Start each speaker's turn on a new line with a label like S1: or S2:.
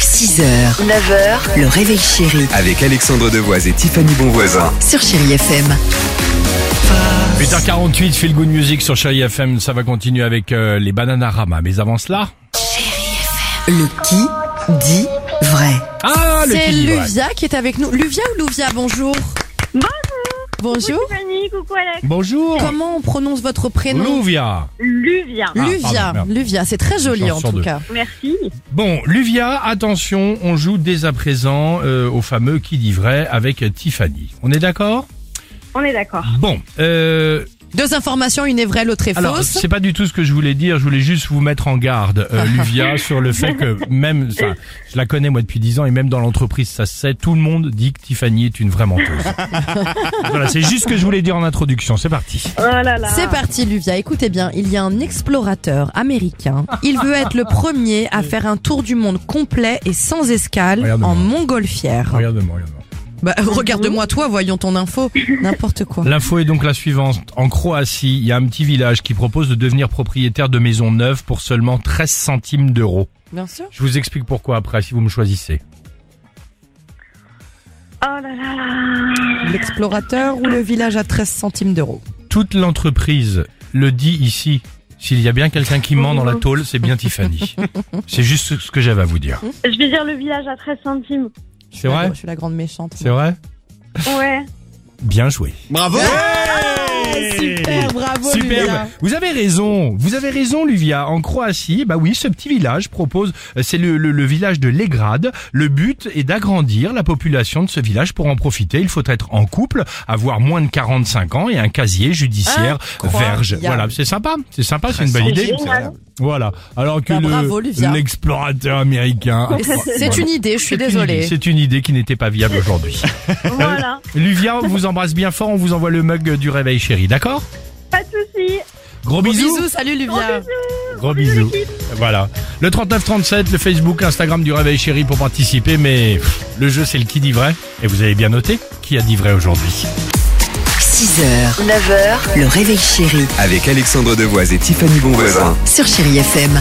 S1: 6h, 9h, le réveil chéri
S2: Avec Alexandre Devoise et Tiffany Bonvoisin.
S1: sur Chéri FM.
S3: 8h48, Feel Good Music sur Chéri FM, ça va continuer avec euh, les Bananarama. Mais avant cela...
S1: Le qui dit vrai.
S3: Ah, le
S4: C'est
S3: petit livre.
S4: Luvia qui est avec nous. Luvia ou Louvia, bonjour. Bonjour. Bonjour.
S5: Tiffany, coucou Alex.
S3: Bonjour
S4: Comment on prononce votre prénom
S3: Louvia
S5: Luvia.
S3: Ah,
S4: Luvia.
S3: pardon, merde.
S4: Luvia, c'est très joli
S3: J'en
S4: en
S3: sors
S4: tout
S3: deux.
S4: cas.
S5: Merci.
S3: Bon, Luvia, attention, on joue dès à présent euh, au fameux qui dit vrai avec Tiffany. On est d'accord
S5: On est d'accord.
S4: Ah.
S3: Bon, euh,
S4: Deux informations, une est vraie, l'autre est
S3: alors
S4: fausse.
S3: c'est pas du tout ce que je voulais dire, je voulais juste vous mettre en garde, euh, Luvia, sur le fait que même, enfin, je la connais moi depuis 10 ans et même dans l'entreprise ça se sait, tout le monde dit que Tiffany est une vraie menteuse. voilà, c'est juste ce que je voulais dire en introduction, c'est parti.
S5: Oh là là.
S4: C'est parti Luvia, écoutez bien, il y a un explorateur américain. Il veut être le premier à faire un tour du monde complet et sans escale
S3: Regarde-moi.
S4: en montgolfière.
S3: Regarde-moi, regarde-moi.
S4: Bah, regarde-moi toi, voyons ton info. N'importe quoi.
S3: L'info est donc la suivante. En Croatie, il y a un petit village qui propose de devenir propriétaire de maisons neuves pour seulement 13 centimes d'euros.
S4: Bien sûr.
S3: Je vous explique pourquoi après si vous me choisissez.
S5: Oh là là là.
S4: L'explorateur ou le village à 13 centimes d'euros.
S3: Toute l'entreprise le dit ici. S'il y a bien quelqu'un qui ment dans la tôle, c'est bien Tiffany. C'est juste ce que j'avais à vous dire.
S5: Je vais dire le village à 13 centimes.
S3: C'est vrai
S4: Je suis la grande méchante.
S3: C'est vrai
S5: Ouais.
S3: Bien joué.
S2: Bravo
S4: Ah, Super, bravo
S3: Superbe. Vous avez raison. Vous avez raison, Luvia. En Croatie, bah oui, ce petit village propose, euh, c'est le, le- le village de Legrad. Le but est d'agrandir la population de ce village pour en profiter. Il faut être en couple, avoir moins de 45 ans et un casier judiciaire
S4: Incroyable.
S3: verge. Voilà, c'est sympa. C'est sympa, c'est une bonne idée.
S5: Génial.
S3: Voilà. Alors que
S4: Bah,
S3: le-
S4: bravo, Luvia.
S3: l'explorateur américain.
S4: C'est une idée, je suis
S3: C'est une idée-
S4: désolée.
S3: C'est une idée qui n'était pas viable aujourd'hui.
S5: Voilà.
S3: Luvia, on vous embrasse bien fort. On vous envoie le mug du réveil, chéri. D'accord
S5: Pas de soucis.
S3: Gros bisous.
S4: Bisous, salut Luvia.
S3: Gros bisous. Voilà. Le 3937, le Facebook, Instagram du Réveil Chéri pour participer, mais pff, le jeu c'est le qui dit vrai. Et vous avez bien noté qui a dit vrai aujourd'hui.
S1: 6h, 9h, le réveil chéri
S2: Avec Alexandre Devoise et Tiffany Bonvoisin.
S1: sur Chéri FM.